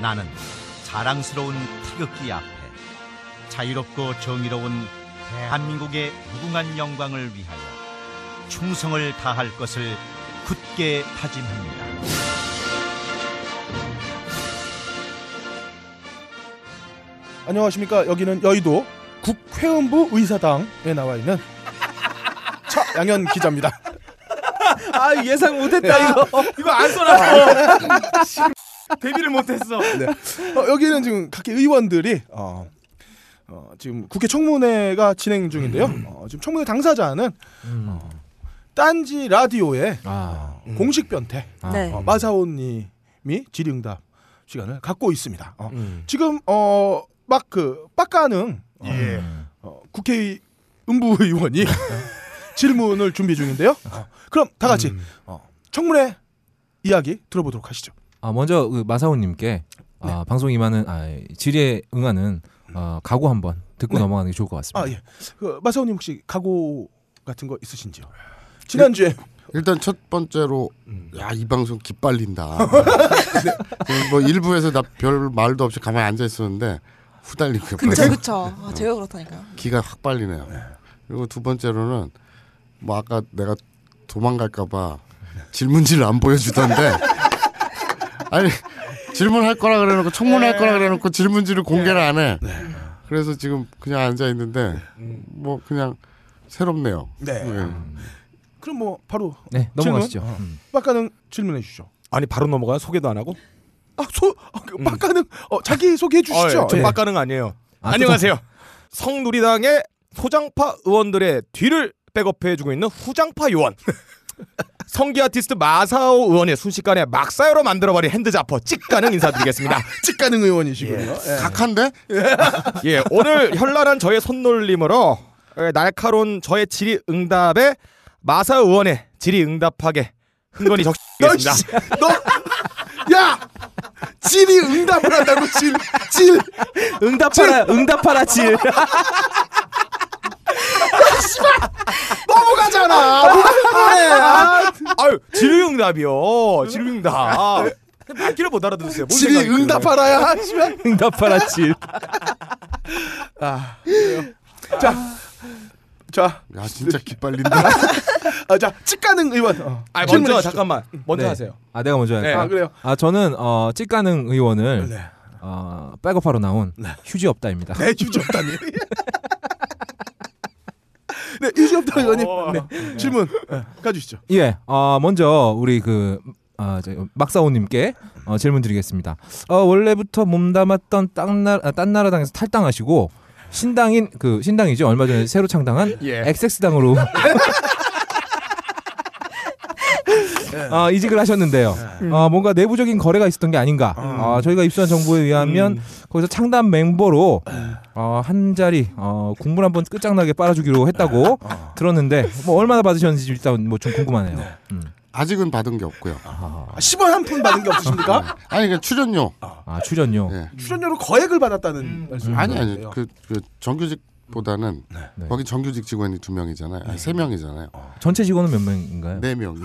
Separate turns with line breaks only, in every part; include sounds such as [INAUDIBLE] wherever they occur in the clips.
나는 자랑스러운 태극기 앞에 자유롭고 정의로운 대한민국의 무궁한 영광을 위하여 충성을 다할 것을 굳게 다짐합니다.
안녕하십니까. 여기는 여의도 국회의원부 의사당에 나와 있는 차 양현 기자입니다. 네.
아 예상
[LAUGHS]
못했다 이거.
이거 안 써놨어.
[LAUGHS]
데뷔를 못했어.
네. 어, 여기는 지금 각계 의원들이 어, 어, 지금 국회 청문회가 진행 중인데요.
음.
어, 지금 청문회 당사자는 어, 딴지 라디오의
아,
음. 공식 변태
네.
음.
어, 마사오님이 질의응답 시간을 갖고 있습니다. 어,
음.
지금 어, 막그 빡가는 어,
예.
어, 국회 음부의원이 [LAUGHS] 질문을 준비 중인데요. 어, 그럼 다 같이 어, 청문회 이야기 들어보도록 하시죠.
아 먼저 그 마사오님께 아, 방송 임하는 아, 질의에 응하는 아, 각오 한번 듣고
네.
넘어가는 게 좋을 것 같습니다.
아 예. 그, 마사오님 혹시 각오 같은 거 있으신지요? 지난주에
일단 첫 번째로 야 이 방송 기빨린다. [LAUGHS] 그뭐 일부에서 나 별 말도 없이 가만히 앉아 있었는데 후달리고
그쵸 그쵸. 아, 제가 그렇다니까요.
기가 확 빨리네요. 그리고 두 번째로는 뭐 아까 내가 도망갈까봐 질문지를 안 보여주던데 [LAUGHS] 아니 질문할 거라 그래놓고 청문할 거라 그래놓고 질문지를 공개를 안 해. 그래서 지금 그냥 앉아 있는데 뭐 그냥 새롭네요.
네.
예.
그럼 뭐 바로
네 넘어가시죠.
질문?
음.
빡가는 질문해 주시죠.
아니 바로 넘어가요? 소개도 안 하고?
아, 소 아, 그 빡가는 어, 자기 소개해 주시죠.
어, 예. 저
네.
빡가는 아니에요.
아,
안녕하세요. 성누리당의 소장파 의원들의 뒤를 백업해주고 있는 후장파 의원. [LAUGHS] 성기 아티스트 마사오 의원의 순식간에 막사요로 만들어버린 핸드자퍼 찍가능
[LAUGHS]
인사드리겠습니다.
직가능 의원이시군요. 예.
각한데?
예, 오늘 현란한 저의 손놀림으로 예, 날카로운 저의 질의응답에 마사 의원의 질의응답하게 흥건히
[LAUGHS]
적시겠습니다.
야,
네,
질이 응답을 한다고 질, 질.
어. 응답하라 응답하라 질.
넘어가잖아. 뭐가 그래? 아,
아유, 질의응답이요. 질의응답. 말귀를 못 알아들었어요. 뭔
질이
생각이
응답하라야.
[LAUGHS] 응답하라 질.
자,
야 아, 진짜 기빨린다.
[LAUGHS]
아, 자, 직가능 의원. 어,
아,
질문해
먼저
주시죠.
잠깐만. 먼저
네.
하세요. 네.
아 내가 먼저 할까?
아,
요
그래요.
아 저는 어 찌가능 의원을
네.
어 백업하러 나온 휴지 없다입니다.
네, 유지없다니. [LAUGHS] 네, 유지없다 의원님. 네, 질문 네, 가주시죠.
예, 어, 먼저 우리 그 아, 저 막사오님께 어, 질문드리겠습니다. 어, 원래부터 몸담았던 땅나, 아, 딴나라당에서 탈당하시고 신당인 그 신당이죠 얼마 전에 새로 창당한
예.
XX당으로 아, 이직을 하셨는데요. 아, 뭔가 내부적인 거래가 있었던 게 아닌가. 아, 저희가 입수한 정보에 의하면 거기서 창단 멤버로 어, 한 자리 어, 국물 한번 끝장나게 빨아주기로 했다고 들었는데 뭐 얼마나 받으셨는지 일단 뭐 좀 궁금하네요. 음.
아직은 받은 게 없고요.
아, 10원 한 푼 받은 게 없으십니까?
아니 그냥 출연료.
아 출연료.
예.
출연료로 거액을 받았다는 말씀.
아니 아니 그, 그 정규직보다는
네.
거기 정규직 직원이 두 명이잖아요. 아니, 세 명이잖아요.
전체 직원은 몇 명인가요?
네 명.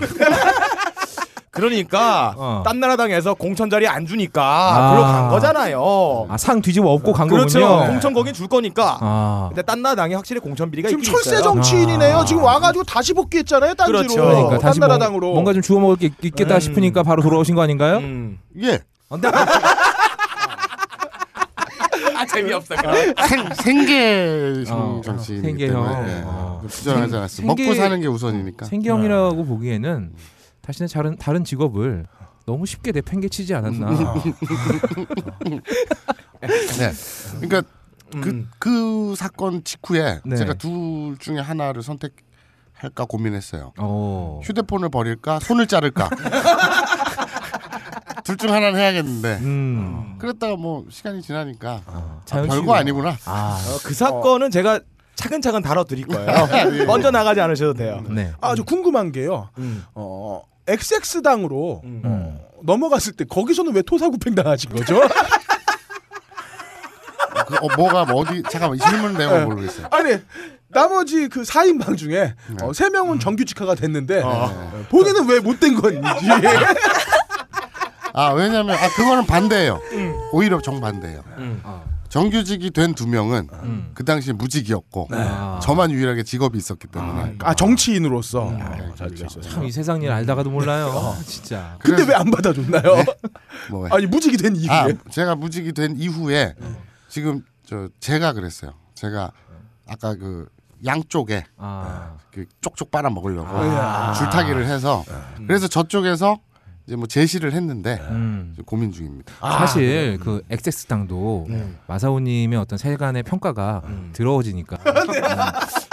그러니까
어.
딴 나라당에서 공천 자리 안 주니까
아.
그로 간 거잖아요.
아, 상 뒤집어 엎고 간
그렇죠.
거군요.
공천 거긴 줄 거니까.
아,
근데 딴 나라당이 확실히 공천 비리가
어. 지금
있긴
철새
있어요.
정치인이네요. 지금 와가지고 다시 복귀했잖아요. 딴지로.
그렇죠.
그러니까 다시 뭐-
딴나라당으로.
뭔가 좀 주워 먹을 게 있- 있겠다
음.
싶으니까 바로 돌아오신 거 아닌가요?
음.
예.
근데 아,
그러니까.
아 재미없어.
생, 생계
어,
형 정치인
생계형.
때문에 예.
어.
부정하지 않았어.
생-
먹고
생계-
사는 게 우선이니까.
생계형이라고 보기에는 다시는 다른 다른 직업을 너무 쉽게 내팽개치지
[LAUGHS]
않았나.
네. 그러니까 그,
음.
그 사건 직후에
네.
제가 둘 중에 하나를 선택할까 고민했어요.
어.
휴대폰을 버릴까 손을
[LAUGHS]
자를까. 둘 중 하나는 해야겠는데.
음.
그랬다가 뭐 시간이 지나니까
아,
아,
자연
별거
씨가-
아니구나.
아,
어, 그 사건은 제가 차근차근 다뤄드릴
[LAUGHS] 네,
거예요. 먼저 나가지 않으셔도 돼요.
네.
아, 저 궁금한 게요.
음.
어, XX당으로
음.
음.
넘어갔을 때 거기서는 왜 토사구팽 당하신 거죠?
그, 어, 뭐가 뭐 어디 잠깐만 질문
네.
내용을 모르겠어요.
아니 나머지 그 4인방 중에
네.
어, 3명은 정규직화가 됐는데 본인은 왜 못 된 건지
아 왜냐면 아 그거는 반대예요.
음.
오히려 정반대예요.
네.
정규직이 된 두 명은
아. 음.
그 당시 무직이었고 저만 유일하게 직업이 있었기 때문에.
네. 아 정치인으로서.
아, 그렇죠.
참 이 세상 일 알다가도 몰라요.
어.
진짜.
근데
그래서-
왜 안 받아줬나요? [LAUGHS]
뭐가
아니 무직이 된 이유에. 네.
아, 제가 무직이 된 이후에 지금 저 제가 그랬어요. 제가 아까 그 양쪽에
아.
그 쪽쪽 빨아 먹으려고 줄타기를 해서
네.
그래서 저쪽에서 이제 뭐 제시를 했는데
음.
이제 고민 중입니다.
아, 네.
사실 그 엑세스 당도 마사오님의 어떤 세간의 평가가
음. [LAUGHS]
더러워지니까
네.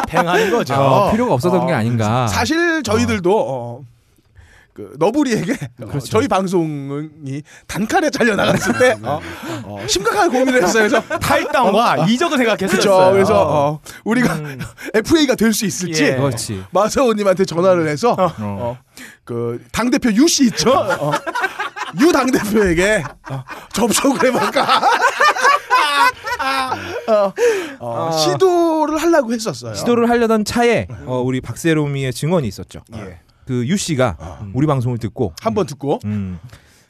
팽하는 거죠.
어, 필요가 없었던 게 아닌가.
사실 저희들도 어, 그 너부리에게 어, 저희 방송이 단칼에 잘려 나갔을 때 어, 어, 심각한 고민을 했어요. [LAUGHS] 그래서
탈당과 이적을 생각했었어요.
그렇죠. 그래서 어, 우리가 [LAUGHS] FA가 될 수 있을지
예.
그렇지.
마사오님한테 전화를 해서
어.
그당 대표 유 씨 있죠. 어, 유당 대표에게 어, 접촉을 [LAUGHS] 해볼까. 어, 어, 시도를 하려고 했었어요.
시도를 하려던 차에 어, 우리 박세롬이의 증언이 있었죠.
예.
그 유 씨가 우리 방송을 듣고
한번 듣고
음.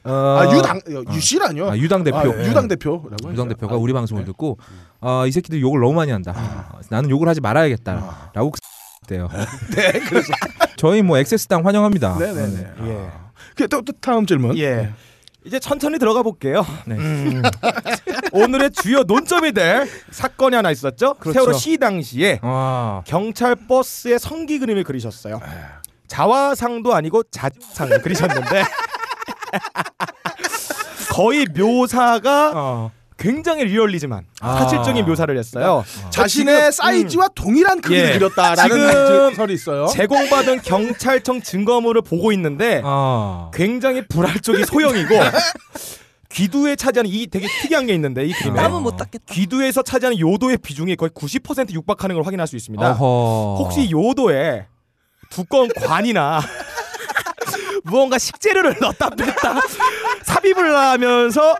어,
아, 유당 유 씨라뇨.
아, 유당 대표 음.
아, 유당 대표라고 아, 예.
유당 대표가 우리 방송을 듣고 어, 이 새끼들 욕을 너무 많이 한다.
아.
어, 나는 욕을 하지 말아야겠다라고 [LAUGHS] 대요.
[LAUGHS] 네, 그래서
저희 뭐 엑세스 당 환영합니다.
네, 네, 네.
아.
예.
그또 또 다음 질문. 네.
예. 이제 천천히 들어가 볼게요.
네.
음. 오늘의 주요 논점이 될 사건이 하나 있었죠.
그렇죠.
세월호 시 당시에
아,
경찰 버스에 성기 그림을 그리셨어요.
네.
자화상도 아니고 자주상을 그리셨는데
[LAUGHS]
거의 묘사가
어.
굉장히 리얼리지만
아.
사실적인 묘사를 했어요.
아, 자신의 사이즈와 동일한 크기를
예.
그렸다라는
지금
설이 있어요.
제공받은 경찰청 증거물을 보고 있는데
아.
굉장히 불알
[LAUGHS]
쪽이 소형이고 귀두에 차지하는 이 되게 특이한 게 있는데 이 그림에
어.
땀은 못 닦겠다.
귀두에서 차지하는 요도의 비중이 거의 90% 육박하는 걸 확인할 수 있습니다.
어허.
혹시 요도에 두꺼운 관이나 [LAUGHS] 무언가 식재료를 [LAUGHS] 넣었다 뺐다 삽입을 하면서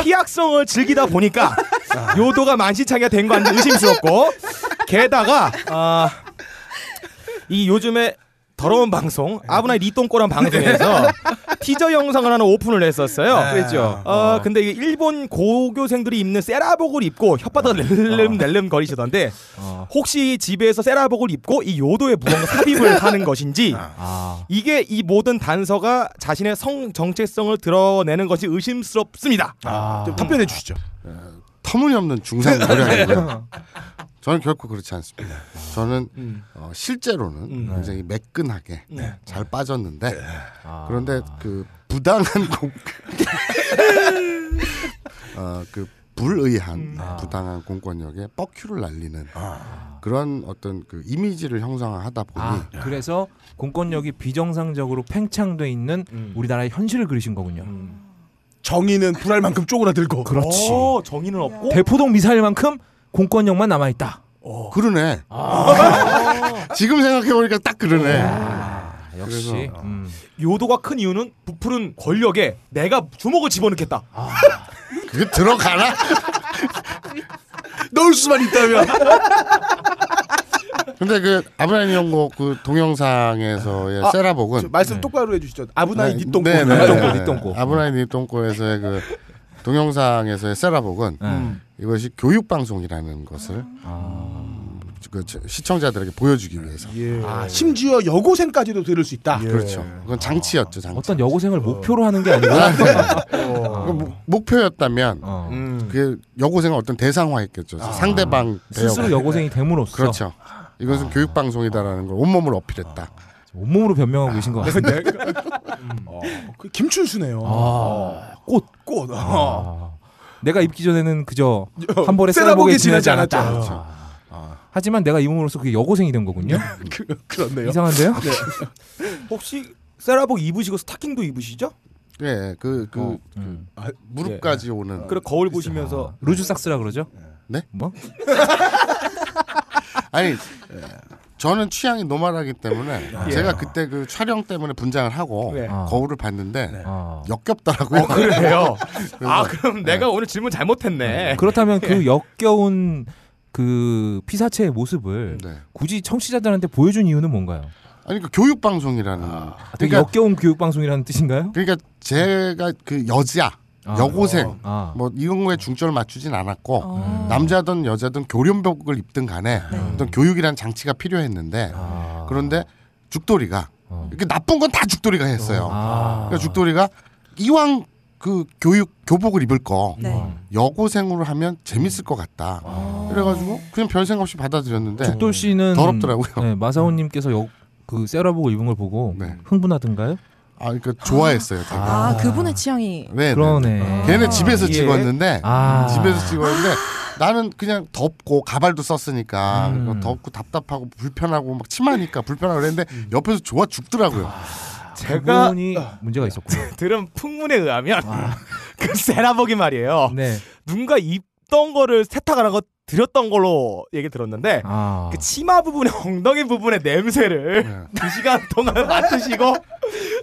피약성을 즐기다 보니까 요도가 만신창이가 된 거 아닌지 의심스럽고 게다가 아, 이 요즘에 더러운 방송 아브나이
[LAUGHS]
리똥꼬란 방송에서 티저 영상을 하나 오픈을 했었어요.
네. 그랬죠.
어, 근데 이게 일본 고교생들이 입는 세라복을 입고 혓바닥을 낼름낼름 거리시던데
어.
혹시 집에서 세라복을 입고 이 요도에 무언가
[LAUGHS]
삽입을 하는 것인지
아.
이게 이 모든 단서가 자신의 성 정체성을 드러내는 것이 의심스럽습니다.
아.
좀 답변해 주시죠.
터무니없는 중상 노량이고요. 저는 결코 그렇지 않습니다. 저는 어, 실제로는 굉장히 매끈하게 잘 빠졌는데 그런데 그 부당한 [LAUGHS] 공, 어, 그 불의한 부당한 공권력에 뻑큐를 날리는 그런 어떤 그 이미지를 형상화하다 보니
아, 그래서 공권력이 비정상적으로 팽창돼 있는 우리나라의 현실을 그리신 거군요.
정의는 불알 만큼 쪼그라들고. 어,
그렇지.
오, 정의는 없고
어? 대포동 미사일만큼 공권력만 남아 있다.
그러네. [LAUGHS] 지금 생각해 보니까 딱 그러네.
아, 역시.
그래서-
음.
요도가 큰 이유는 부풀은 권력에 내가 주먹을 집어넣겠다.
아,
그게 들어가나?
넣을 수만 있다면.
근데 그 아브라함 연고 그 동영상에서의
아,
세라복은
네.
저 말씀 똑바로 해주시죠. 아브나이
네,
니똥꼬.
네, 네,
니똥꼬,
네, 네.
니똥꼬.
아브라함 니똥꼬에서의 그 동영상에서의 세라복은
네. 음.
이것이 교육 방송이라는 것을
아.
그 저- 시청자들에게 보여주기 위해서
아, 심지어 여고생까지도 들을 수 있다.
그렇죠. 그건 장치였죠. 장치.
어떤 여고생을 목표로 하는 게 아니고
그 목- 목표였다면
아. 어.
음.
아.
그게 여고생은 어떤 대상화했겠죠. 상대방
[LAUGHS]
대역.
스스로 여고생이 아. 됨으로써
네. 그렇죠. 이것은 교육 방송이다라는 걸 온몸을 어필했다.
아. 온몸으로 변명하고 계신 것 같습니다.
어, 그 김춘수네요. 어.
아.
꽃, 꽃. 어.
아. 내가 입기 전에는 그저 한
세라복이
벌에 세라복에
지나지
지나지
않았다.
않았다. 하지만 내가 입음으로써 그게 여고생이 된 거군요.
그, 그렇네요.
이상한데요?
혹시 세라복 입으시고 스타킹도 입으시죠?
예, 그그 아,
어, 음.
무릎까지
아,
오는.
그래 거울 보시면서
루즈 삭스라 그러죠?
네?
뭐?
아니 저는 취향이 노멀하기 때문에 제가 그때 그 촬영 때문에 분장을 하고
네.
아.
거울을 봤는데
아. 네.
역겹더라고요.
그래요. [LAUGHS] 아 그럼 내가 오늘 질문 잘못했네.
그렇다면
[LAUGHS]
그 역겨운 그 피사체의 모습을
네.
굳이 청취자들한테 보여준 이유는 뭔가요?
아니 그 교육 방송이라는.
되게
그러니까
역겨운 교육 방송이라는 뜻인가요?
그러니까 제가 그 여자,
아,
여고생
아.
뭐 이런 거에 중점을 맞추진 않았고
음.
어.
남자든 여자든 교련복을 입든 간에 어떤 교육이라는 장치가 필요했는데
아.
그런데 죽돌이가
어.
이렇게 나쁜 건 다 죽돌이가 했어요.
아.
그러니까 죽돌이가 이왕 그 교육 교복을 입을
음.
거
네.
여고생으로 하면 재밌을 것 같다. 그래가지고 그냥 별 생각 없이 받아들였는데
죽돌 씨는
네. 더럽더라고요.
네, 마사오님께서 역, 그 세라복을 입은 걸 보고
네.
흥분하던가요?
아 그러니까 좋아했어요. 되게.
아, 그분의 취향이
네, 네.
그러네.
걔네 집에서
이게-
찍었는데
아.
집에서 찍었는데 나는 그냥 덥고 가발도 썼으니까
음.
그거 덥고 답답하고 불편하고 막 치마니까 불편하고 그랬는데 옆에서 좋아 죽더라고요.
제가
그러니까
그분이
아.
아. 문제가 있었군요.
들은 풍문에 의하면 [LAUGHS] 그 세라복이
아.
말이에요.
네.
누군가 입던 거를 세탁을 하고 들였던 걸로 얘기 들었는데
아.
그 치마 부분의 엉덩이 부분의 냄새를
네.
두 시간 동안 맡으시고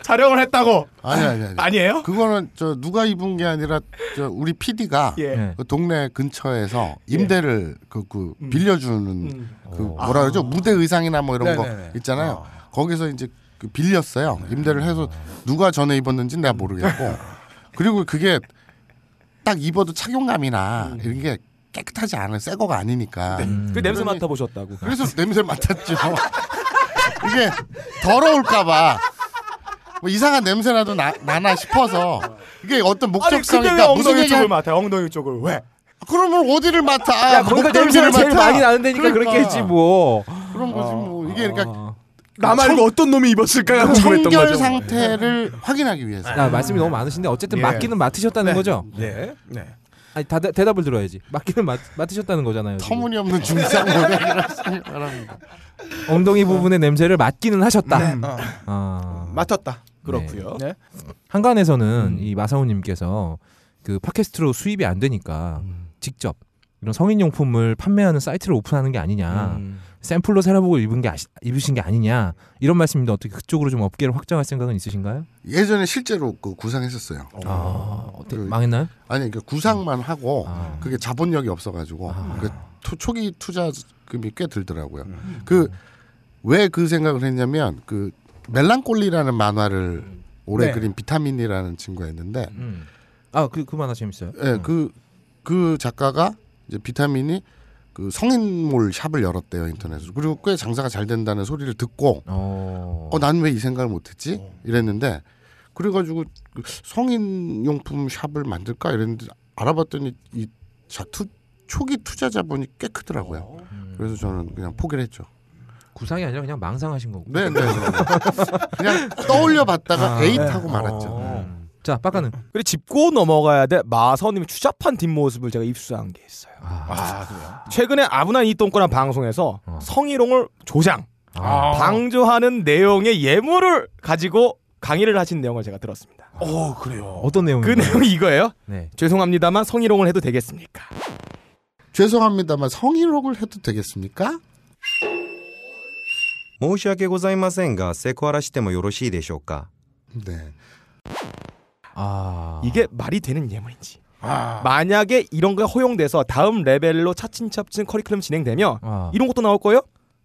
촬영을 했다고
아니 아니
네.
아니.
아니에요?
그거는 저 누가 입은 게 아니라 저 우리 PD가
예.
네.
그 동네 근처에서 임대를 그, 그
음.
빌려주는
음.
그 뭐라 그러죠 무대 의상이나 뭐 이런
네네네.
거 있잖아요. 거기서 이제 그 빌렸어요. 임대를 해서 누가 전에 입었는지 내가 모르겠고 그리고 그게 딱 입어도 착용감이나 이런 게 깨끗하지 않은 새 거가 아니니까
그
그러니-
냄새 맡아보셨다고.
그래서 냄새 맡았죠. [LAUGHS] 이게 더러울까봐 뭐 이상한 냄새라도 나, 나나 싶어서 이게 어떤
아니 근데 왜
목적성이니까 무슨
엉덩이
얘기
쪽을 맡아요? 엉덩이 쪽을 왜?
그러면 어디를 맡아?
야, 거기가
목 냄새를
냄새가 제일
맡아?
많이 나는 데니까 그렇
그러니까.
게 했지 뭐.
그런 거지 뭐 이게 그러니까
아.
나 말고 어떤 놈이 입었을까가 궁금했던
청결
거죠.
상태를 확인하기 위해서.
야, 아, 말씀이 너무 많으신데
예.
어쨌든 맡기는 맡으셨다는 거죠?
네. 네.
아니 다, 대답을 들어야지. 맡기는 맡, 맡으셨다는 거잖아요. 지금.
터무니없는 중상 모델이라서
엉덩이 부분의 냄새를 맡기는 하셨다.
네.
아.
어.
맡았다.
그렇고요.
네.
한간에서는
음.
이 마사오님께서 그 팟캐스트로 수입이 안 되니까
음.
직접 이런 성인 용품을 판매하는 사이트를 오픈하는 게 아니냐,
음.
샘플로 세라복을 입은 게 아시, 입으신 게 아니냐 이런 말씀인데 어떻게 그쪽으로 좀 업계를 확장할 생각은 있으신가요?
예전에 실제로 그 구상했었어요.
아, 어때,
그-
망했나요?
아니 그 구상만 하고
아.
그게 자본력이 없어가지고 그 투- 초기 투자금이 꽤 들더라고요. 그 왜 그 생각을 했냐면 그 멜랑꼴리라는 만화를 오래
네.
그린 비타민이라는 친구가 있는데
음. 아그 그 만화 재밌어요.
예, 그, 그 작가가 이제 비타민이 그 성인몰 샵을 열었대요 인터넷으로 그리고 꽤 장사가 잘 된다는 소리를 듣고
어.
어 난 왜 이 생각을 못했지 이랬는데 그래가지고 그 성인 용품 샵을 만들까 이랬는데 알아봤더니 이 자투 초기 투자 자본이 꽤 크더라고요.
음.
그래서 저는 그냥 포기를 했죠.
구상이 아니라 그냥 망상하신 거고.
네, 네. 네. [LAUGHS] 그냥 떠올려 봤다가
아,
에잇 하고 말았죠.
어. 자, 빡가는.
그리고 짚고 넘어가야 돼 마서님의 추잡한 뒷모습을 제가 입수한 게 있어요.
아, 그래요.
최근에 아브난 이 똥꼬란 방송에서
어.
성희롱을 조장, 아. 방조하는 내용의 예물을 가지고 강의를 하신 내용을 제가 들었습니다.
어, 그래요.
어떤
그
내용인가요?
내용이 이거예요.
네.
죄송합니다만 성희롱을 해도 되겠습니까?
아.
죄송합니다만 성희롱을 해도 되겠습니까?
申し訳ございませんがセクハラしてもよろしいでしょうか
네.
아.
이게 말이 되는 예문인지. 만약에 이런 거 허용돼서 다음 레벨로 차츰차츰 커리큘럼 진행되면
아.
이런 것도 나올 거예요?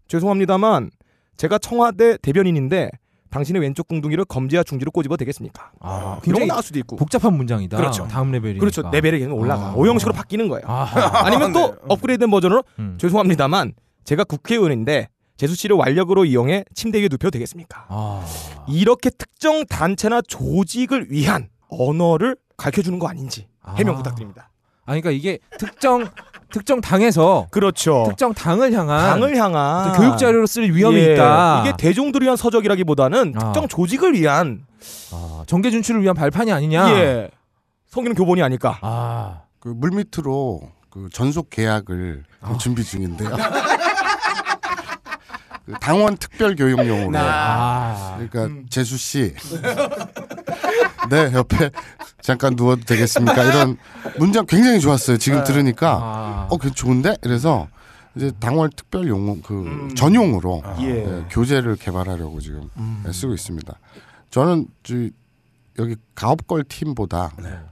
죄송합니다만 제가 청와대 대변인인데 당신의 왼쪽 궁둥이를 검지와 중지로 꼬집어 되겠습니까?
아,
이런 거
굉장히
나올 수도 있고.
복잡한 문장이다.
그렇죠.
다음 레벨이니까.
그렇죠. 레벨이 계속 올라가.
아.
오형식으로 바뀌는 거예요.
아.
아니면 또 업그레이드된 버전으로
음.
죄송합니다만 제가 국회의원인데 제수 씨를 완력으로 이용해 침대 위에 눕혀 되겠습니까?
아.
이렇게 특정 단체나 조직을 위한 언어를 가르쳐 주는 거 아닌지 해명
아.
부탁드립니다.
아, 그러니까 이게 특정 특정 당에서
그렇죠.
특정 당을 향한
당을 향한
교육 자료로 쓸 위험이
예,
있다.
이게 대중들을 위한 서적이라기보다는
아.
특정 조직을 위한
아, 정계 준출을 위한 발판이 아니냐?
예. 성기는 교본이 아닐까.
아.
그 물밑으로 그 전속 계약을 지금 준비 중인데요. [LAUGHS] 그 당원 특별 교육용으로.
아.
그러니까 재수 씨. 네, 옆에 잠깐 누워도 되겠습니까? 이런 문장 굉장히 좋았어요. 지금 들으니까
아.
어, 그 좋은데? 이래서 이제 당월 특별 용어 그 전용으로
예.
예, 교재를 개발하려고 지금 예, 쓰고 있습니다. 저는 저, 여기 가업걸 팀보다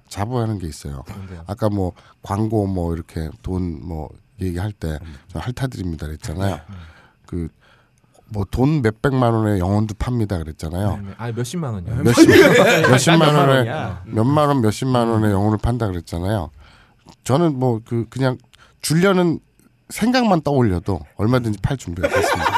자부하는 게 있어요. 아까 뭐 광고 뭐 이렇게 돈 뭐 얘기할 때 저 핥아드립니다 그랬잖아요. 그 뭐 돈 몇백만 원에 영혼도 팝니다 그랬잖아요.
아 몇십만 원이요.
몇십, 몇십만
몇만
원에
원이야.
몇만 원, 몇십만 원에 영혼을 판다 그랬잖아요. 저는 뭐 그 그냥 주려는 생각만 떠올려도 얼마든지 팔 준비가 됐습니다.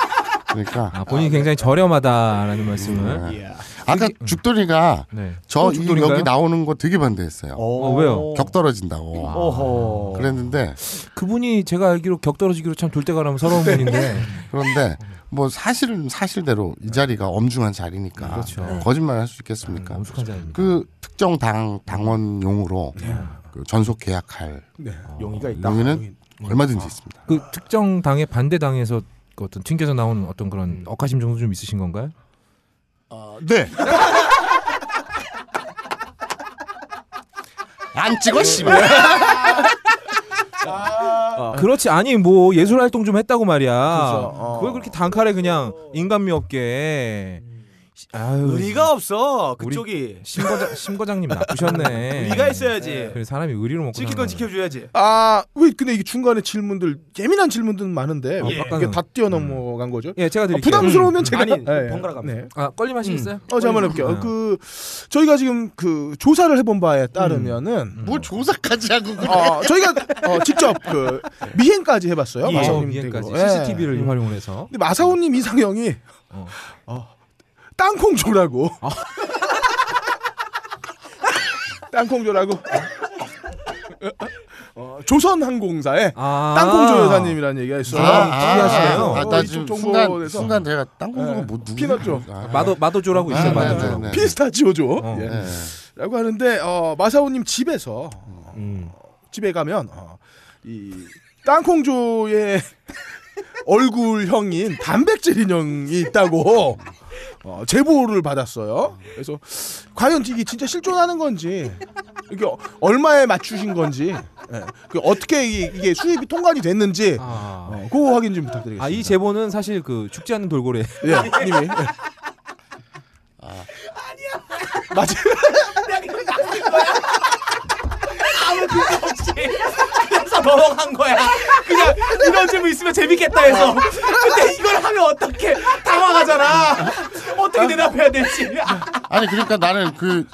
그러니까
아, 본인이 굉장히 저렴하다라는
예.
말씀을.
네. 아까 죽돌이가
네.
저
또
이
예. 죽돌인가요?
여기 나오는 거 되게 반대했어요.
어, 왜요?
격 떨어진다고.
어허.
아.
그랬는데
그분이 제가 알기로 격 떨어지기로 참 돌대가라면 서러운 분인데.
그런데 뭐 사실은 사실대로 이 자리가 엄중한 자리니까
그렇죠.
거짓말 할 수 있겠습니까?
엄숙한 음, 자입니다.
그 특정 당 당원용으로
네.
그 전속 계약할
네.
용의가 있다.
용의는 얼마든지 있습니다.
그
아.
특정 당의 반대 당에서 그 어떤 튕겨서 나온 어떤
음.
그런 억하심 정도 좀 있으신 건가요?
네. 안 찍어 씨발.
그렇지 아니 뭐 예술 활동 좀 했다고 말이야.
그렇죠. 어.
그걸 그렇게 단칼에 그냥 인간미 없게. 시- 아유,
음. 의리가 없어.
우리-
그쪽이
심거장 심거장님 나쁘셨네.
의리가 있어야지.
그래 사람이 의리로 먹고
지킬 건
사는 거야.
지켜줘야지.
아, 왜 근데 이게 중간에 질문들 예민한 질문들은 많은데
아,
왜
약간은-
이게 다 뛰어넘어간 거죠?
예, 제가
아,
드릴게요.
부담스러우면 제가
아니,
네.
번갈아 가면서.
네.
아, 걸림하시겠어요?
어, 제가 한번 해볼게요. 어, 그 저희가 지금 그 조사를 해본 바에 따르면은
음.
뭘 조사까지 하고 그래.
어, 저희가 어, 직접 그 미행까지 해봤어요.
예,
마사오님
위에까지
댁으로. 예.
CCTV를 활용을 해서
근데 마사오님 이상형이
어.
어, 땅콩조라고. [LAUGHS] 땅콩조라고. 어, 조선항공사에
아.
땅콩조 여사님이라는 얘기가 아, 있어요. 어,
특이하시네요.
아, 나 지금
이쪽
순간
정보원에서.
순간 내가 땅콩으로
네.
뭐 누구
피넛죠.
마도 마도조라고 있어요.
아, 네,
마도조.
네, 네.
피스타치오죠.
어.
예.
네.
라고 하는데 어, 마사오님 집에서 어,
음.
집에 가면 어, 이 땅콩조의 [LAUGHS] 얼굴형인 단백질 인형이 있다고 어, 제보를 받았어요. 그래서 과연 이게 진짜 실존하는 건지 이게 어- 얼마에 맞추신 건지 예. 그 어떻게 이- 이게 수입이 통관이 됐는지
아.
어, 그거 확인 좀 부탁드리겠습니다.
아, 이 제보는 사실 그 죽지 않는 돌고래.
예,
[LAUGHS]
님이 예. 아니야 맞아
그래서 너렁한 거야. 그냥 이런 질문 있으면 재밌겠다 해서. 근데 이걸 하면 어떻게 당황하잖아. 어떻게 대답해야 될지.
아니 그러니까 나는 그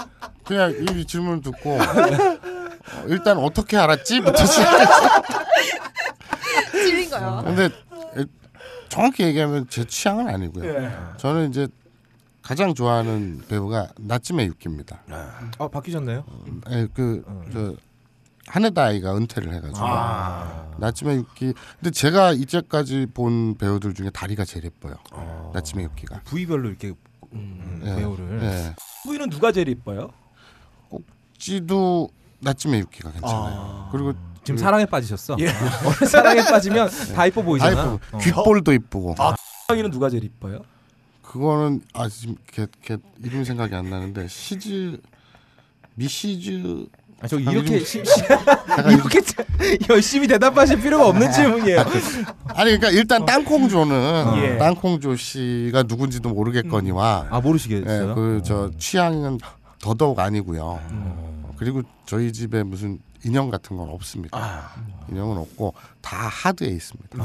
그냥 이 질문
[LAUGHS]
을 듣고 어, 일단 어떻게 알았지부터 시작했어.
찔린 거야.
근데 에, 정확히 얘기하면 제 취향은 아니고요. 저는 이제 가장 좋아하는 배우가 나츠메 유키입니다. 음, 예,
아, 바뀌셨네요.
그저 하네다 아이가 은퇴를 해가지고 나츠메 유키. 근데 제가 이제까지 본 배우들 중에 다리가 제일 예뻐요. 나츠메 유키가.
부위별로 이렇게 음,
예.
배우를
예.
부인은 누가 제일 이뻐요?
지도 나츠메 유키가 괜찮아요. 그리고
지금
예.
사랑에 빠지셨어. 원래 사랑에 빠지면 다 이뻐
아
보이잖아.
예쁘고 귓볼도 이쁘고.
상이는 누가 제일 이뻐요?
그거는 아 지금 걔, 걔 이름 생각이 안 나는데 시즈 미시즈
아, 저
이름-
이렇게 시, 시, 이렇게 자- 열심히 대답하실 필요가 없는 질문이에요.
아,
어.
아니 그러니까 일단 땅콩조는
예.
땅콩조 씨가 누군지도 모르겠거니와
아, 모르시겠어요? 음.
그 저 취향은 더더욱 아니고요. 어, 그리고 저희 집에 무슨 인형 같은 건 없습니다.
아.
인형은 없고 다 하드에 있습니다.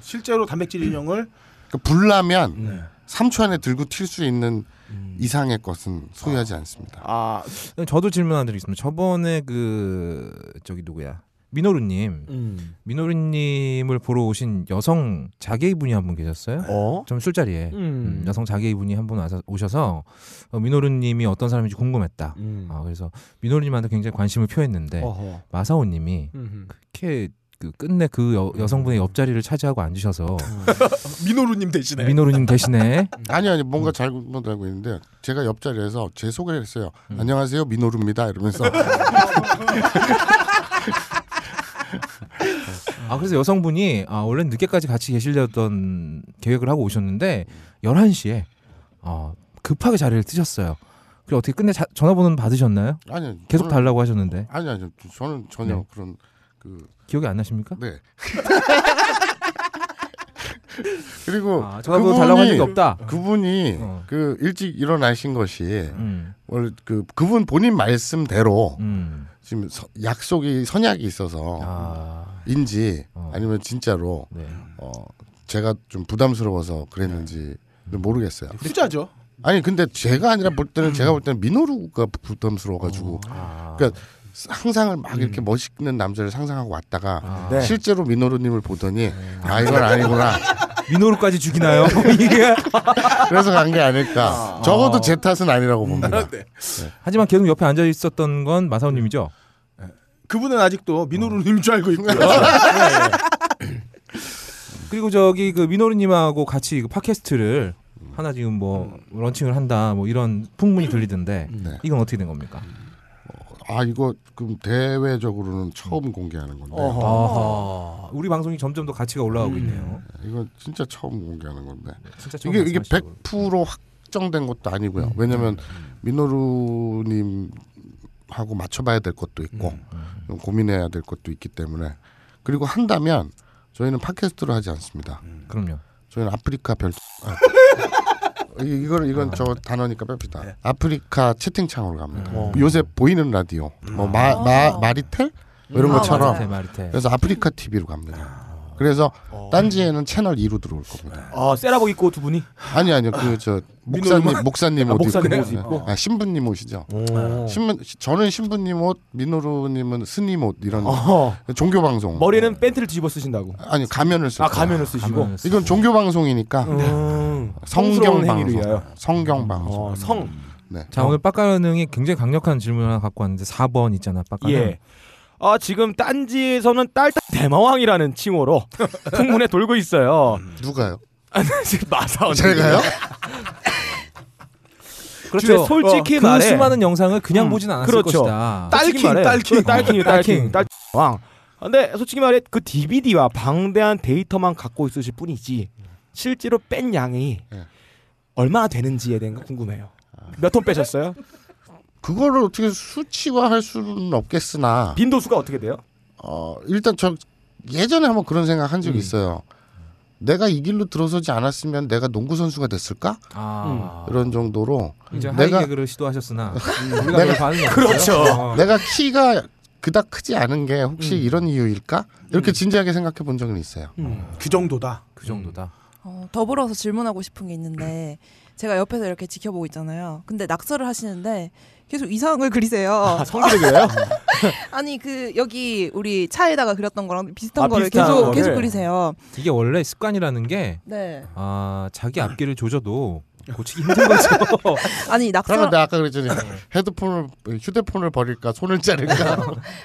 실제로 단백질 인형을
그러니까 불나면
네.
3초 안에 들고 튈 수 있는
음.
이상의 것은 소유하지 않습니다.
아
예.
저도 질문 하나 드리겠습니다. 저번에 그 저기 누구야? 민호루님,
음.
민호루님을 보러 오신 여성 자개이분이 한 분 계셨어요.
네.
어?
좀 술자리에 음, 여성 자개이분이 한 분 와서 오셔서 어, 민호루님이 어떤 사람인지 궁금했다.
음.
아, 그래서 민호루님한테 굉장히 관심을 표했는데
어허.
마사오님이 그렇게 그 끝내 그 여, 성분의 옆자리를 차지하고 앉으셔서
민호루님 대신에
민호루님 대신에
아니 아니 뭔가 잘못 알고 있는데 제가 옆자리에서 제 소개를 했어요.
음.
안녕하세요 민호루입니다
[LAUGHS]
이러면서
아 그래서 여성분이 아, 원래 늦게까지 같이 계시려던 계획을 하고 오셨는데 11시에 어, 급하게 자리를 뜨셨어요. 그리고 어떻게 끝내 자- 전화번호는 받으셨나요?
아니
계속
저는-
달라고 하셨는데
아니 아니 저는 전혀
네.
그런 그
기억이 안 나십니까?
네. [LAUGHS] 그리고
아, 전화번호 달라고 한 적이 없다.
그분이
어.
그 일찍 일어나신 것이
음,
원래 그 그분 본인 말씀대로
음.
지금 서- 약속이 선약이 있어서인지
아, 어.
아니면 진짜로
네.
어, 제가 좀 부담스러워서 그랬는지 모르겠어요.
후자죠.
아니 근데 제가 아니라 볼 때는 제가 볼 때는 민호루가 부담스러워가지고 그러니까 상상을 막 이렇게 멋있는 남자를 상상하고 왔다가
네.
실제로 민호루님을 보더니 아 이건 아니구나
민호루까지 죽이나요? 이게.
그래서 간 게 아닐까 적어도 제 탓은 아니라고 봅니다.
[LAUGHS] 하지만 계속 옆에 앉아 있었던 건 마사오님이죠.
그분은 아직도 민호루님 줄 알고 있고요.
그리고 저기 그 민호루님하고 같이 그 팟캐스트를 하나 지금 뭐 런칭을 한다 뭐 이런 풍문이 들리던데
네.
이건 어떻게 된 겁니까?
[LAUGHS] 아 이거 그럼 대외적으로는 처음 공개하는 건데
어허.
아하. 우리 방송이 점점 더 가치가 올라가고 있네요.
이건 진짜 처음 공개하는 건데
진짜 처음
이게 이게
말씀하시죠.
100% 확정된 것도 아니고요. 왜냐면 민호루님 하고 맞춰봐야 될 것도 있고 좀 고민해야 될 것도 있기 때문에 그리고 한다면 저희는 팟캐스트로 하지 않습니다.
그럼요.
저희는 아프리카 별 아, [LAUGHS] 이- 이거는 이건 저 단어니까 뺍시다. 아프리카 채팅창으로 갑니다. 요새 보이는 라디오, 뭐 마 마 마리텔 뭐 이런
아,
것처럼
마리테 마리테.
그래서 아프리카 TV로 갑니다. 그래서 딴지에는 채널 2로 들어올 겁니다.
아 세라복 입고 두 분이
아니 아니요 그 저 목사님 목사님
아,
옷
목사님
입고,
옷 입고? 어.
아, 신부님 옷이죠.
아,
신문 저는 신부님 옷, 민호루님은 스님 옷 이런
어허.
종교 방송.
아. 머리는 팬티를 뒤집어 쓰시다고
아니 가면을 쓰고.
아 가면을 쓰시고
가면을 쓰-
이건 종교 방송이니까
음.
성경
성스러운 행위를
방송.
위하여.
아, 성경 방송.
어, 성
네.
자 오늘 빡가능이 굉장히 강력한 질문 하나 갖고 왔는데 4번 있잖아 빡가능.
예. 아 지금 딴지에서는 딸딸 대마왕이라는 칭호로 풍문에 돌고 있어요.
누가요?
아, 지금 [LAUGHS] 마사오.
제가요?
그렇죠. 솔직히
그
말해.
수많은 영상을 그냥 보진 않았을
그렇죠.
음. 것이다.
솔직히
딸킹,
말해. 그렇죠.
딸킹.
딸킹,
딸킹.
딸킹, 딸왕. 아, 근데 솔직히 말해 그 DVD와 방대한 데이터만 갖고 있으실 뿐이지 실제로 뺀 양이
네.
얼마나 되는지에 대한 거 궁금해요. 몇 톤 빼셨어요?
그거를 어떻게 수치화할 수는 없겠으나
빈도수가 어떻게 돼요?
어, 일단 저 예전에 한번 그런 생각
음.
한 적이 있어요. 내가 이 길로 들어서지 않았으면 내가 농구 선수가 됐을까?
아,
이런 정도로
이제
내가- 그렇죠.
하이개그를
[LAUGHS]
시도하셨으나
음,
우리가 별 반응이 없어요. 어.
내가 키가 그닥 크지 않은 게 혹시 이런 이유일까? 이렇게 진지하게 생각해 본 적은 있어요.
그 정도다.
그 정도다.
어, 더불어서 질문하고 싶은 게 있는데 제가 옆에서 이렇게 지켜보고 있잖아요. 근데 낙서를 하시는데 계속 이상한 걸 그리세요.
아, 성질이 그래요?
[LAUGHS] 아니 그 여기 우리 차에다가 그렸던 거랑 비슷한
아,
거를
비슷한
계속
거를.
계속 그리세요.
이게 원래 습관이라는 게
네.
아,
음.
자기 앞길을 조져도 고치기 힘든
[LAUGHS]
거죠.
아니 낙서
그러면 내가 아까 그랬잖아요. 헤드폰을 휴대폰을 버릴까 손을 [LAUGHS] 자를까?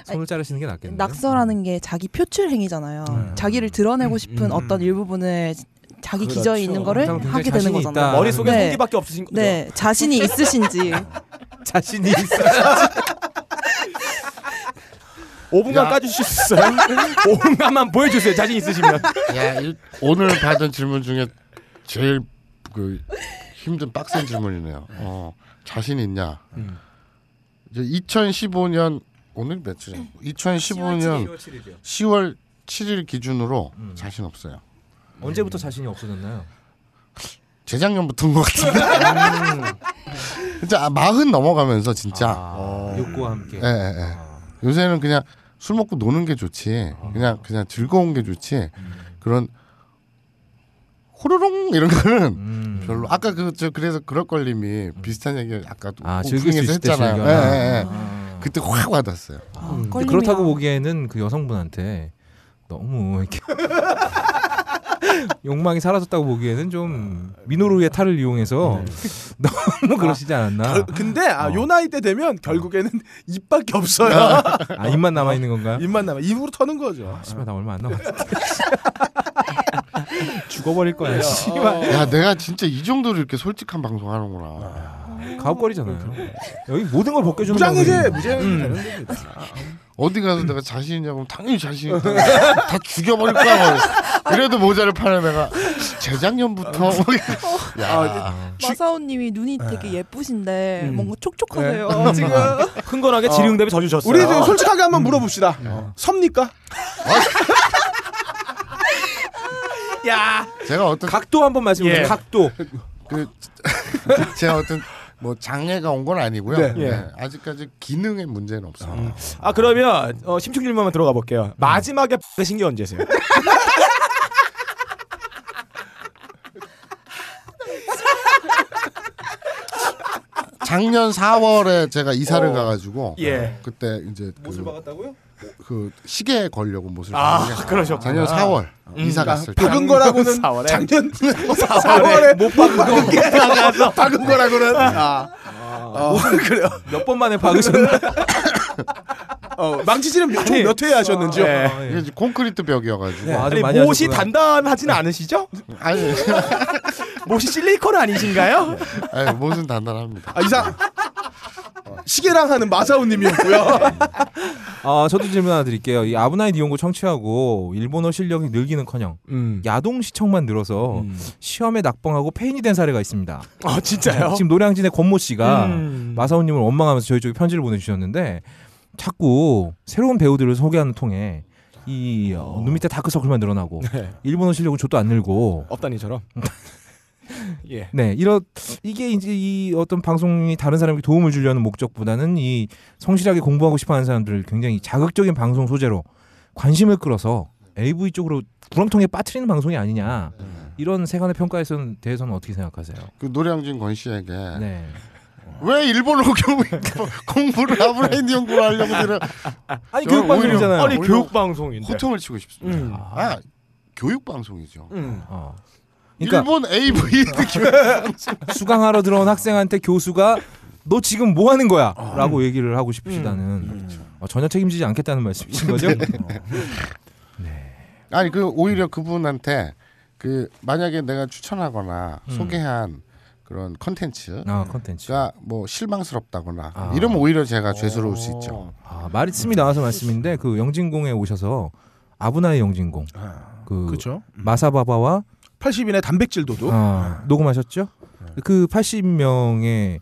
손을 자르시는 게 낫겠네요. 네.
낙서라는 게 자기 표출 행위잖아요. 자기를 드러내고 싶은
음,
어떤 일부분을 자기 기저에 있는 거를
그렇죠. 굉장히
하게 되는
자신이
거잖아요.
있다.
머릿속에
네.
손기밖에 없으신 거죠?
네, 자신이
[LAUGHS]
있으신지. 아,
자신이 있어.
5분간
야.
까주실 수 있어요? 5분간만 보여주세요. 자신 있으시면.
야, 아, 이- 오늘 받은 질문 중에 제일 그 힘든 빡센 질문이네요. 어, 자신 있냐? 이제 2015년 오늘 며칠이야? 2015년 10월 음. 7일 기준으로 자신 없어요.
언제부터 자신이 없어졌나요?
재작년부터인 것 같은데. 진짜 아, 마흔 넘어가면서 진짜.
음. 아, 욕구와 함께.
예, 예, 예. 요새는 그냥 술 먹고 노는 게 좋지.
어.
그냥 그냥 즐거운 게 좋지.
음.
그런 호로롱 이런 거는
음.
별로. 아까 그 저 그래서 그럴 걸님이 비슷한 얘기 아까
아,
오프닝에서
즐길 수 있을 때
했잖아요.
즐겨라.
예, 예, 예.
아.
그때 확 와닿았어요.
음. 근데 그렇다고 보기에는 그 여성분한테 너무 이렇게 [LAUGHS] 욕망이 사라졌다고 보기에는 좀
아, 네.
미노루의 탈을 이용해서 [LAUGHS] 너무 그러시지 않았나?
결- 근데 아, 요 나이 때 되면 결국에는 [LAUGHS] 입밖에 없어요.
아 입만 남아 있는 건가요?
[LAUGHS] 입만 남아 입으로 터는 거죠. 아,
씨발 아. 나 얼마 안
[LAUGHS]
남았는데 죽어버릴 거야. 씨발
야, 내가 진짜 이 정도로 이렇게 솔직한
아.
방송하는구나.
가업거리잖아요. 여기 모든 걸 벗겨주는
무장해제
방송이에요.
무장해제 되는 겁니다.
어디 가서 내가 자신 있냐고 하면 당연히 자신 있다. [LAUGHS] 다 죽여버릴 거야. 뭐. 그래도 모자를 파는 내가 재작년부터. [LAUGHS] 야,
음.
마사오님이 눈이
네.
되게 예쁘신데 뭔가 촉촉하네요.
음.
지금
흥건하게 질의응답이 져주셨어요.
우리 좀 솔직하게 한번 물어봅시다. 음. 섭니까?
야
제가 어떤
각도 한번 말씀해 주세요.
예.
각도.
그 제가 어떤 뭐 장애가 온 건 아니고요.
네.
네,
예.
아직까지 기능의 문제는 없어요.
아 그러면 어, 심층질문만 들어가 볼게요. 마지막에 신게 언제세요?
작년 4월에 제가 이사를 가가지고
어. 예.
그때 이제 그,
박았다고요?
그 시계에 걸려고 못을 박은 게
아 [LAUGHS] 그러셨구나. 음. 아,
작년 4월 이사 갔을 때 아,
박은 거라고는
사월에.
작년 4월에 못 박은 게 박은 거라고는 아. 어, 그래요.
몇 번 만에 박으셨나?
어, 망치질은 몇- 총몇 회에 하셨는지요?
예.
이게 이제 콘크리트 벽이어가지고
아, 좀
아니
많이
못이
하셨구나.
단단하진 않으시죠?
아니, [LAUGHS]
못이 실리콘 아니신가요?
아니 무슨 단단합니다.
아, 이상 시계랑 하는 마사오님이었고요.
아, 저도 질문 하나 드릴게요. 이 아브나이 니온고 청취하고 일본어 실력이 늘기는커녕
음.
야동 시청만 늘어서 시험에 낙방하고 페인이 된 사례가 있습니다. 네,
아 진짜요?
지금 노량진의 권모 씨가
음.
마사오님을 원망하면서 저희 쪽에 편지를 보내주셨는데 자꾸 새로운 배우들을 소개하는 통에 이 어, 눈 밑에 다크서클만 늘어나고
네.
일본어 실력은 저도 안 늘고
업다니처럼. 예.
네 이런 이게 이제 이 어떤 방송이 다른 사람에게 도움을 주려는 목적보다는 이 성실하게 공부하고 싶어하는 사람들을 굉장히 자극적인 방송 소재로 관심을 끌어서 AV 쪽으로 구렁텅이에 빠뜨리는 방송이 아니냐
네.
이런 세간의 평가에서는 대해서는 어떻게 생각하세요?
그 노량진 권 씨에게
네.
왜 [LAUGHS] 일본어 교육 공부를 아브라인 연구를 하려고 들어
아니
저는
교육방송이잖아요.
오히려-
아니 교육 방송인데.
호통을 치고 싶습니다.
음.
아 교육 방송이죠.
음.
어. 그러니까
일본 AV
[LAUGHS]
교육
수강하러 들어온 학생한테 교수가 너 지금 뭐 하는 거야?
아.
라고 얘기를 하고 싶으시다는
음.
어, 전혀 책임지지 않겠다는 말씀이신 거죠?
네. 아니 그 오히려 그분한테 그 만약에 내가 추천하거나
음.
소개한 그런 컨텐츠가
아 컨텐츠.
뭐 실망스럽다거나
아.
이러면 오히려 제가 죄스러울 수 있죠.
아, 말씀이 나와서 말씀인데 그 영진공에 오셔서 아브나의 영진공 그
그렇죠.
마사바바와
80인의 단백질 도둑.
아, 녹음하셨죠? 그 80명의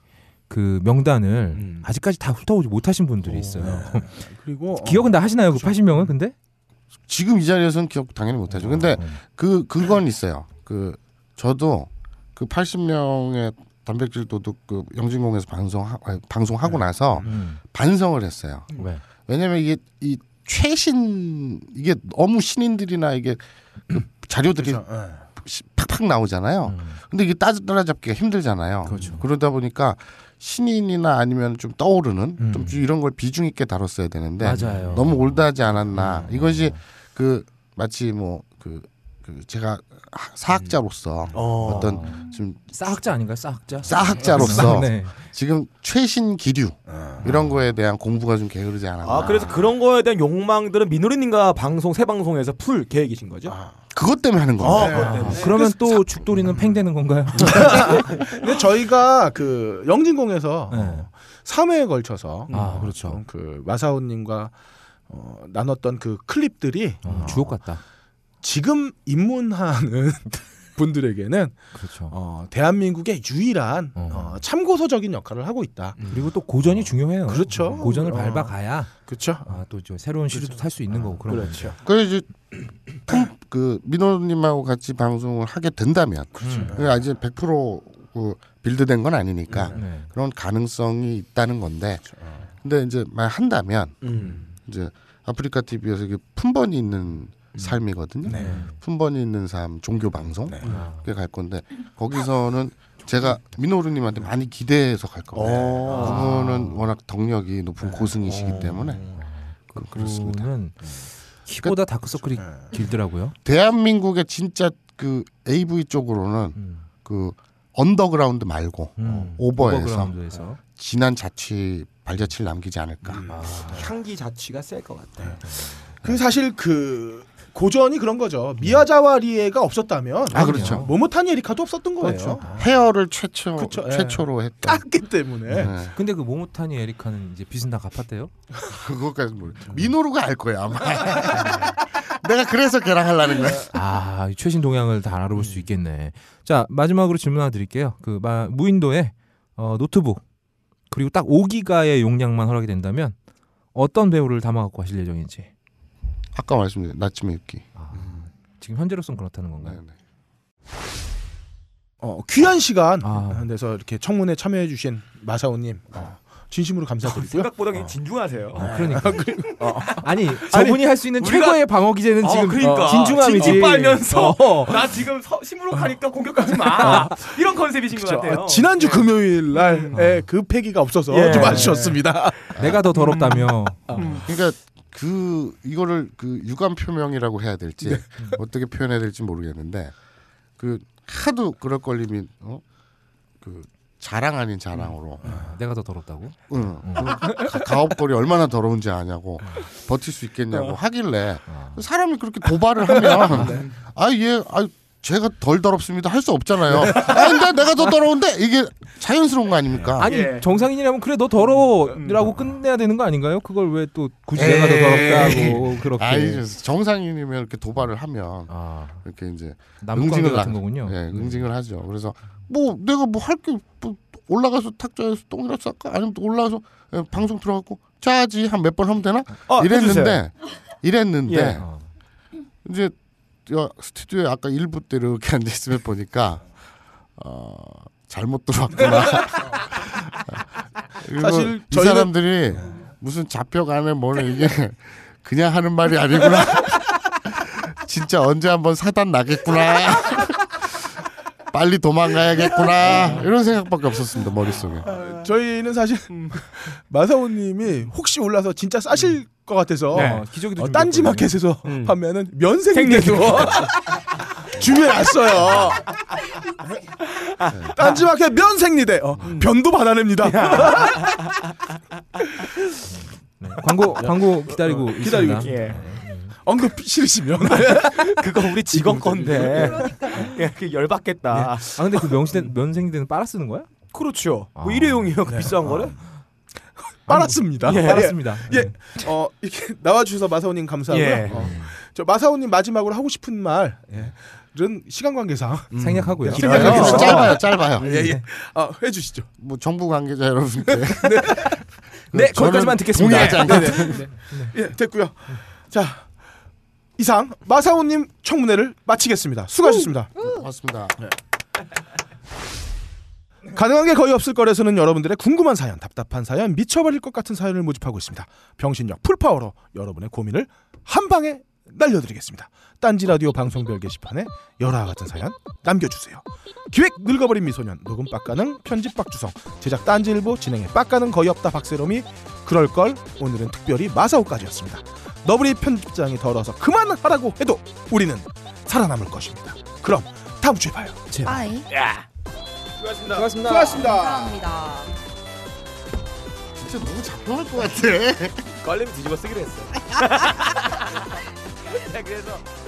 그 명단을 아직까지 다 훑어보지 못하신 분들이 있어요.
그리고 어,
[LAUGHS] 기억은 다 하시나요? 그 80명은 근데?
지금 이 자리에서는 기억 당연히
어,
못하죠. 근데
네.
그 그건 있어요. 그 저도 그 80명의 단백질 도둑 그 영진공에서 방송 방송하고 나서
음.
반성을 했어요.
왜?
왜냐면 이게 이 최신 이게 너무 신인들이나 이게
[CLEARS THROAT]
그 자료들이
그래서, 예.
시- 팍팍 나오잖아요.
그렇죠. 음.
근데 이게 따- 따라잡기가 힘들잖아요.
그렇죠.
러다 보니까 신인이나 아니면 좀 떠오르는
음.
좀 이런 걸 비중 있게 다뤘어야 되는데
맞아요. 음,
너무 올드하지 않았나. 이것이 그 마치 뭐 그 그 제가 하-
음.
사학자로서
어.
어떤 지금
싸학자 아닌가요? 싸학자?
싸학자로서
네.
지금 최신 기류
아.
이런 거에 대한 공부가 좀 게으르지 않았나.
아 그래서 그런 거에 대한 욕망들은 민호리님과 방송 새 방송에서 풀 계획이신 거죠?
그것 때문에
아,
하는 겁니다.
네. 그러면 또 죽돌이는 팽되는 [LAUGHS] 건가요?
근데 저희가 그 영진공에서
네.
어, 3회에 걸쳐서
아,
어,
그렇죠.
좀그 마사오님과 어, 나눴던 그 클립들이
어, 주옥 같다.
지금 입문하는 [LAUGHS] 분들에게는
그렇죠.
어, 대한민국의 유일한
어.
어, 참고서적인 역할을 하고 있다.
그리고 또 고전이 중요해요.
그렇죠.
고전을
어.
밟아가야
그렇죠?
아, 또저 새로운 시류도 살 수 있는 거고 아, 그런 거죠.
그래서 이제 품- 그 민호님하고 같이 방송을 하게 된다면
그렇죠.
그게 아직 100%그 빌드된 건 아니니까
네. 그렇죠. 어.
그런 가능성이 있다는 건데 근데 이제 만 한다면
음.
음.
이제 아프리카 TV에서 이게 품번이 있는 삶이거든요.
네.
품번이 있는 삶 종교 방송 음.
아.
그게 갈 건데 거기서는 제가 민호루님한테 많이 기대해서 갈
어.
겁니다. 그분은
아.
워낙 덕력이 높은
네.
고승이시기 때문에 그, 그렇습니다.
그거는 키보다 다크서클이 길더라고요.
대한민국의 진짜 그 AV 쪽으로는
음.
그 언더그라운드 말고
음.
오버에서
오버그라운드에서. 네.
진한 자취 발자취를 남기지 않을까.
향기 자취가 셀 것 같아요.
그 사실 그 고전이 그런 거죠. 미야자와 리에가 없었다면 뭐
아, 그렇죠.
모모타니 에리카도 없었던 거예요.
그렇죠.
헤어를 최초
그쵸, 예.
최초로 했다.
깠기 때문에
예.
근데 그 모모타니 에리카는 이제 빚은 다 갚았대요.
그것까지 모르. 민호루가 알 거야 아마. [LAUGHS] 내가 그래서 걔랑 하려는 거야.
[LAUGHS] 아, 이 최신 동향을 다 알아볼 수 있겠네. 자, 마지막으로 질문 하나 드릴게요. 그 마, 무인도에 어, 노트북 그리고 딱 5기가의 용량만 허락이 된다면 어떤 배우를 담아 갖고 하실 예정인지.
아까 말씀드린 나침의 육기.
지금 현재로선 그렇다는 건가요?
네네.
어, 귀한 시간
아.
그래서 이렇게 청문회 참여해 주신 마사오님 어, 진심으로 감사드리고요.
생각보다 굉장히 진중하세요. 아,
그러니까. [LAUGHS] 아니 저분이 할 수 있는
우리가-
최고의 방어 기제는
어,
지금
그러니까.
어, 진중함이지.
진지 빨면서
어.
나 지금 서, 시무룩하니까 공격하지 마. 이런 컨셉이신 것 같아요. 네. 음.
아, 지난주 금요일 날에 그 패기가 없어서
예.
좀 아쉬웠습니다.
내가 더 더럽다며.
그러니까 그 이거를 그 유감 표명이라고 해야 될지 어떻게 표현해야 될지 모르겠는데 그 하도 그럴 걸림이 어? 그 자랑 아닌 자랑으로
[LAUGHS] 내가 더 더럽다고?
응. 가- 가업거리 얼마나 더러운지 아냐고 버틸 수 있겠냐고
어.
하길래 사람이 그렇게 도발을
[LAUGHS] 네.
하면 아예 아 제가 덜 더럽습니다 할 수 없잖아요. 아 근데 내가 더 더러운데 이게 자연스러운 거 아닙니까?
아니
예.
정상인이라면 그래 너 더러워라고 끝내야 되는 거 아닌가요? 그걸 왜 또 굳이 내가 더
에이.
더럽다고 그렇게.
아니 정상인이면 이렇게 도발을 하면
아,
이렇게 이제
남북관계
응징을
같은
나-
거군요. 네.
예, 응징을 하죠. 그래서 뭐 내가 뭐 할 게 뭐 올라가서 탁자에서 똥이라도 쌀까 아니면 또 올라가서 예, 방송 들어갖고 짜지 한 몇 번 하면 되나
어, 해주세요.
이랬는데 이랬는데
예.
어.
이제 여- 스튜디오에 아까 일부 때 이렇게 앉아 있으면 보니까 어 잘못 들어왔구나.
[LAUGHS]
그리고
사실
이
저희는-
예.
사람들이 무슨 잡혀 안에 뭐는 이게 그냥 하는 말이 아니구나. [LAUGHS] 진짜 언제 한번 사단 나겠구나. [LAUGHS] 빨리 도망가야겠구나. 이런 생각밖에 없었습니다 머릿속에.
아, [LAUGHS]
예.
저희는 사실
음.
마사오님이 혹시 올라서 진짜 싸실 것 같아서
네.
어, 기저귀도
어,
준비했거든요.
딴지 마켓에서
음.
판매하는 면생인데도
[LAUGHS]
준비해놨어요.
아.
딴지 마켓 면생리대 어,
음.
변도 받아냅니다.
네. 광고 광고 기다리고
기다리고
있습니다.
예.
[LAUGHS] 언급 싫으시면
그거 우리 직원 건데. 예, 그 열받겠다.
아 근데 그 명시된 면생대는 빨아 쓰는 거야?
그렇죠. 뭐
아.
일회용이요 그 비싼 거를.
빨았습니다.
예.
빨았습니다.
예. 어, 이렇게 [LAUGHS] 나와주셔서 마사오님 감사하고요.
예.
어, 저 마사오님 마지막으로 하고 싶은 말은 예. 시간 관계상 [LAUGHS]
음. 생략하고요.
음. 길어요.
예.
생각해보면 짧아요, 짧아요.
예, 예. 어, 해주시죠.
뭐 정부 관계자
[LAUGHS]
여러분께. [LAUGHS]
네, 거기까지만 듣겠습니다.
동의하지 않-
예, 됐고요. 자, 이상 마사오님 청문회를 마치겠습니다. 수고하셨습니다.
네.
고맙습니다.
가능한 게 거의 없을 거래서는 여러분들의 궁금한 사연, 답답한 사연, 미쳐버릴 것 같은 사연을 모집하고 있습니다. 병신력 풀파워로 여러분의 고민을 한 방에 날려드리겠습니다. 딴지 라디오 방송별 게시판에 열화 같은 사연 남겨주세요. 기획 늙어버린 미소년, 녹음 빡가능, 편집 박주성, 제작 딴지일보, 진행의 빡가능 거의 없다 박세롬이 그럴 걸 오늘은 특별히 마사오까지였습니다. 너브리 편집장이 덜어서 그만하라고 해도 우리는 살아남을 것입니다. 그럼 다음 주에 봐요.
아이.
고맙습니다.
감사합니다.
진짜 누구 잡혀갈 것 같아.
걸리면 뒤집어 쓰기로 했어. 자, 그래서